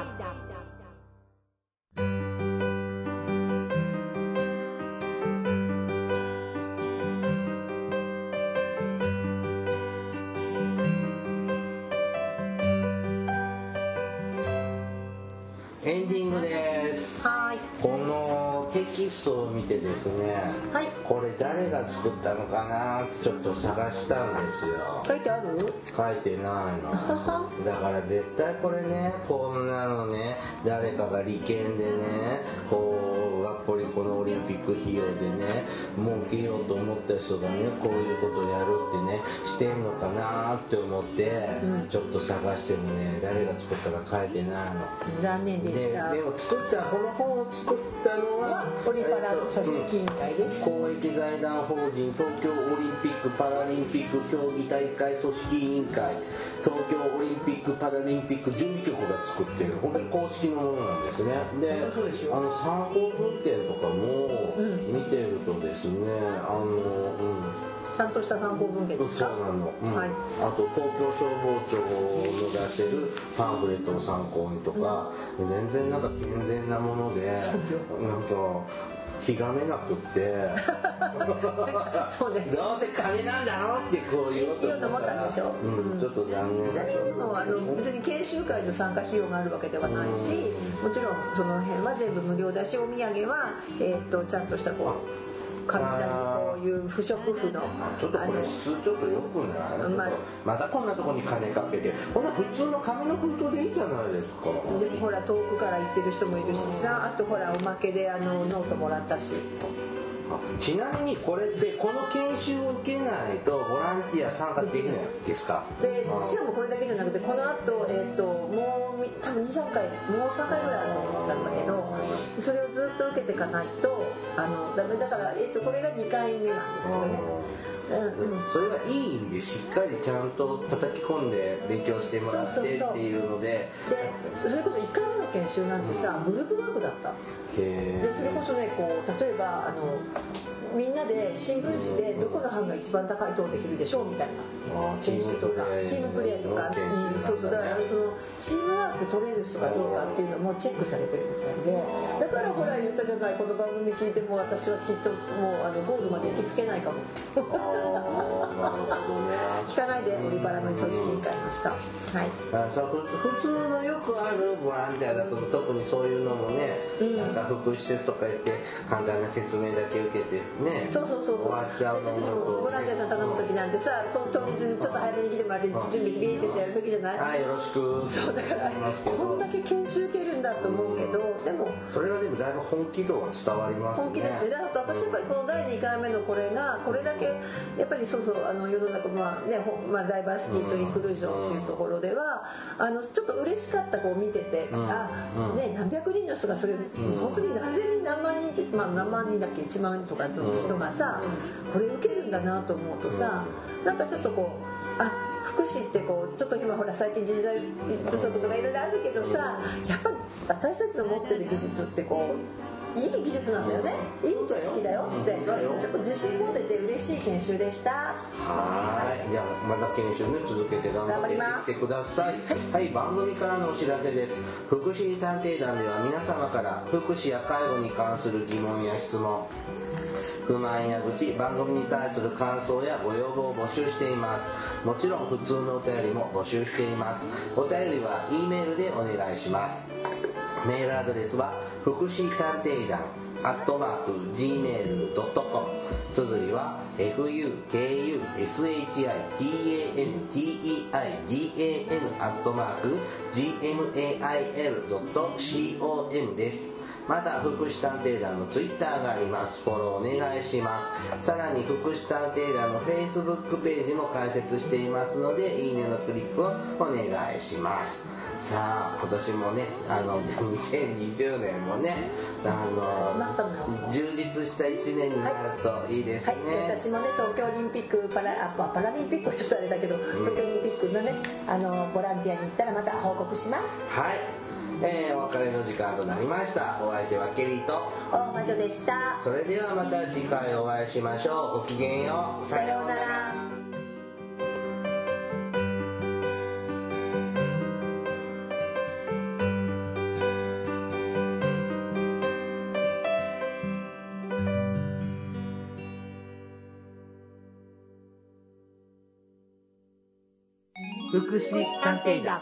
エンディングです
はーい
このテキストを見てですね、
はい
これ誰が作ったのかなってちょっと探したんですよ
書いてある
書いてないの だから絶対これねこんなのね誰かが利権でねこうがっぽりこのオリンピック費用でね儲けようと思った人がねこういうことやるってねしてんのかなって思って、ちょっと探してもね誰が作ったか書いてないの
残念で
で
した
でも作ったこの本を作ったのは
オリパラの組織委員会です、
公益財団法人東京オリンピック・パラリンピック競技大会組織委員会東京オリンピック・パラリンピック準備局が作ってるこれ公式のものなんですねで
そうでしょ
あの参考文献とかも見てるとですね、あの、うん、
ちゃんとした参考文献です
そう
か
なの、うん
はい
あと東京消防庁の出してるパンフレットを参考にとか、全然なんか健全なものでなんかひがめなくって
そうね
どうせ金なんだろってこう言おうと思った
言おうと思ったん
ら
でしょ
うん、ちょっと残念
ちなみにでもあの別に研修会の参加費用があるわけではないしもちろんその辺は全部無料だしお土産は、えー、とちゃんとしたこう体にこういう不織布の
ちょっと
あ
これ質ちょっとよくない
うんまあ
またこんなとこに金かけてこんな普通の紙の封筒でいいじゃないですか
のでもほら遠くから行ってる人もいるしさあとほらおまけであのノートもらったし
ちなみにこれってこの研修を受けないとボランティア参加できないですか
で
あー
しかもこれだけじゃなくてこの後、えー、ともうみ多分23回もう3回ぐらいあると思ったんだけどそれをずっと受けていかないとあのダメだから、えー、とこれが2回目なんですけどね。うんうん
それはいい意味でしっかりちゃんと叩き込んで勉強してもらって
そうそうそう
っていうので
でそれこそ1回目の研修なんてさグループワークだったでそれこそねこう例えばあのみんなで新聞紙でどこの班が一番高い塔できるでしょうみたいな
あーチ
研
ー
修
ム
と
プレ
か
ー
チームプレーとか
の研修なんだね
うんそうだからそのチームワーク取れる人がどうかっていうのもチェックされてるみたいでだからほら言ったじゃないこの番組聞いても私はきっともうあのゴールまで行きつけないかも
あーなるほどね
聞かないでオリパラの組織委員会でしたはい
あそうふ普通のよくあるボランティアだと特にそういうのもね、なんか福祉施設とか行って簡単な説明だけ受けてね
そうそうそうそう
終わっちゃう
私もボランティアさん頼む時なんてさそ当日ちょっと早めに来てもらって準備ビーってやる時じゃない
はいよろしく
そうだからこんだけ研修受けるんだと思うけどでも
それはでもだいぶ本気度は伝わりますね
本気ですねだから私やっぱりこの第2回目のこれがこれだけやっぱりそうそうあの世の中、まあねほまあ、ダイバーシティとインクルージョンっていうところではあのちょっと嬉しかったこう見てて、
ん
あね何百人の人がそれ、本当に何千人何万人って、まあ、何万人だっけ1万人とかの人がさ、これ受けるんだなと思うとさ、なんかちょっとこうあ福祉ってこうちょっと今ほら最近人材不足とかいろいろあるけどさやっぱ私たちの持ってる技術ってこういい技術なんだよねいい知識だよってちょっと自信持てて嬉しい研修でした
はいじゃあまた研修ね続けて頑張ってやってくださいはい、番組からのお知らせです福祉探偵団では皆様から福祉や介護に関する疑問や質問不満や愚痴番組に対する感想やご要望を募集していますもちろん普通のお便りも募集していますお便りは E メールでお願いしますメールアドレスは福祉探偵団アットマーク gmail.com 綴りは fukushitanteidan アットマーク gmail.com ですまた福祉探偵団のツイッターがありますフォローお願いしますさらに福祉探偵団の Facebook ページも開設していますのでいいねのクリックをお願いしますさあ今年もねあの2020年もねあ
しましたも
の
ん
充実した1年になるといいです
は
ね
い、、私もね東京オリンピックパラあまあパラリンピックはちょっとあれだけど、東京オリンピックのねあのボランティアに行ったらまた報告します
はい、えー、お別れの時間となりましたお相手はケリーと
大魔女でした
それではまた次回お会いしましょうごきげんよう
さようなら
福祉探偵団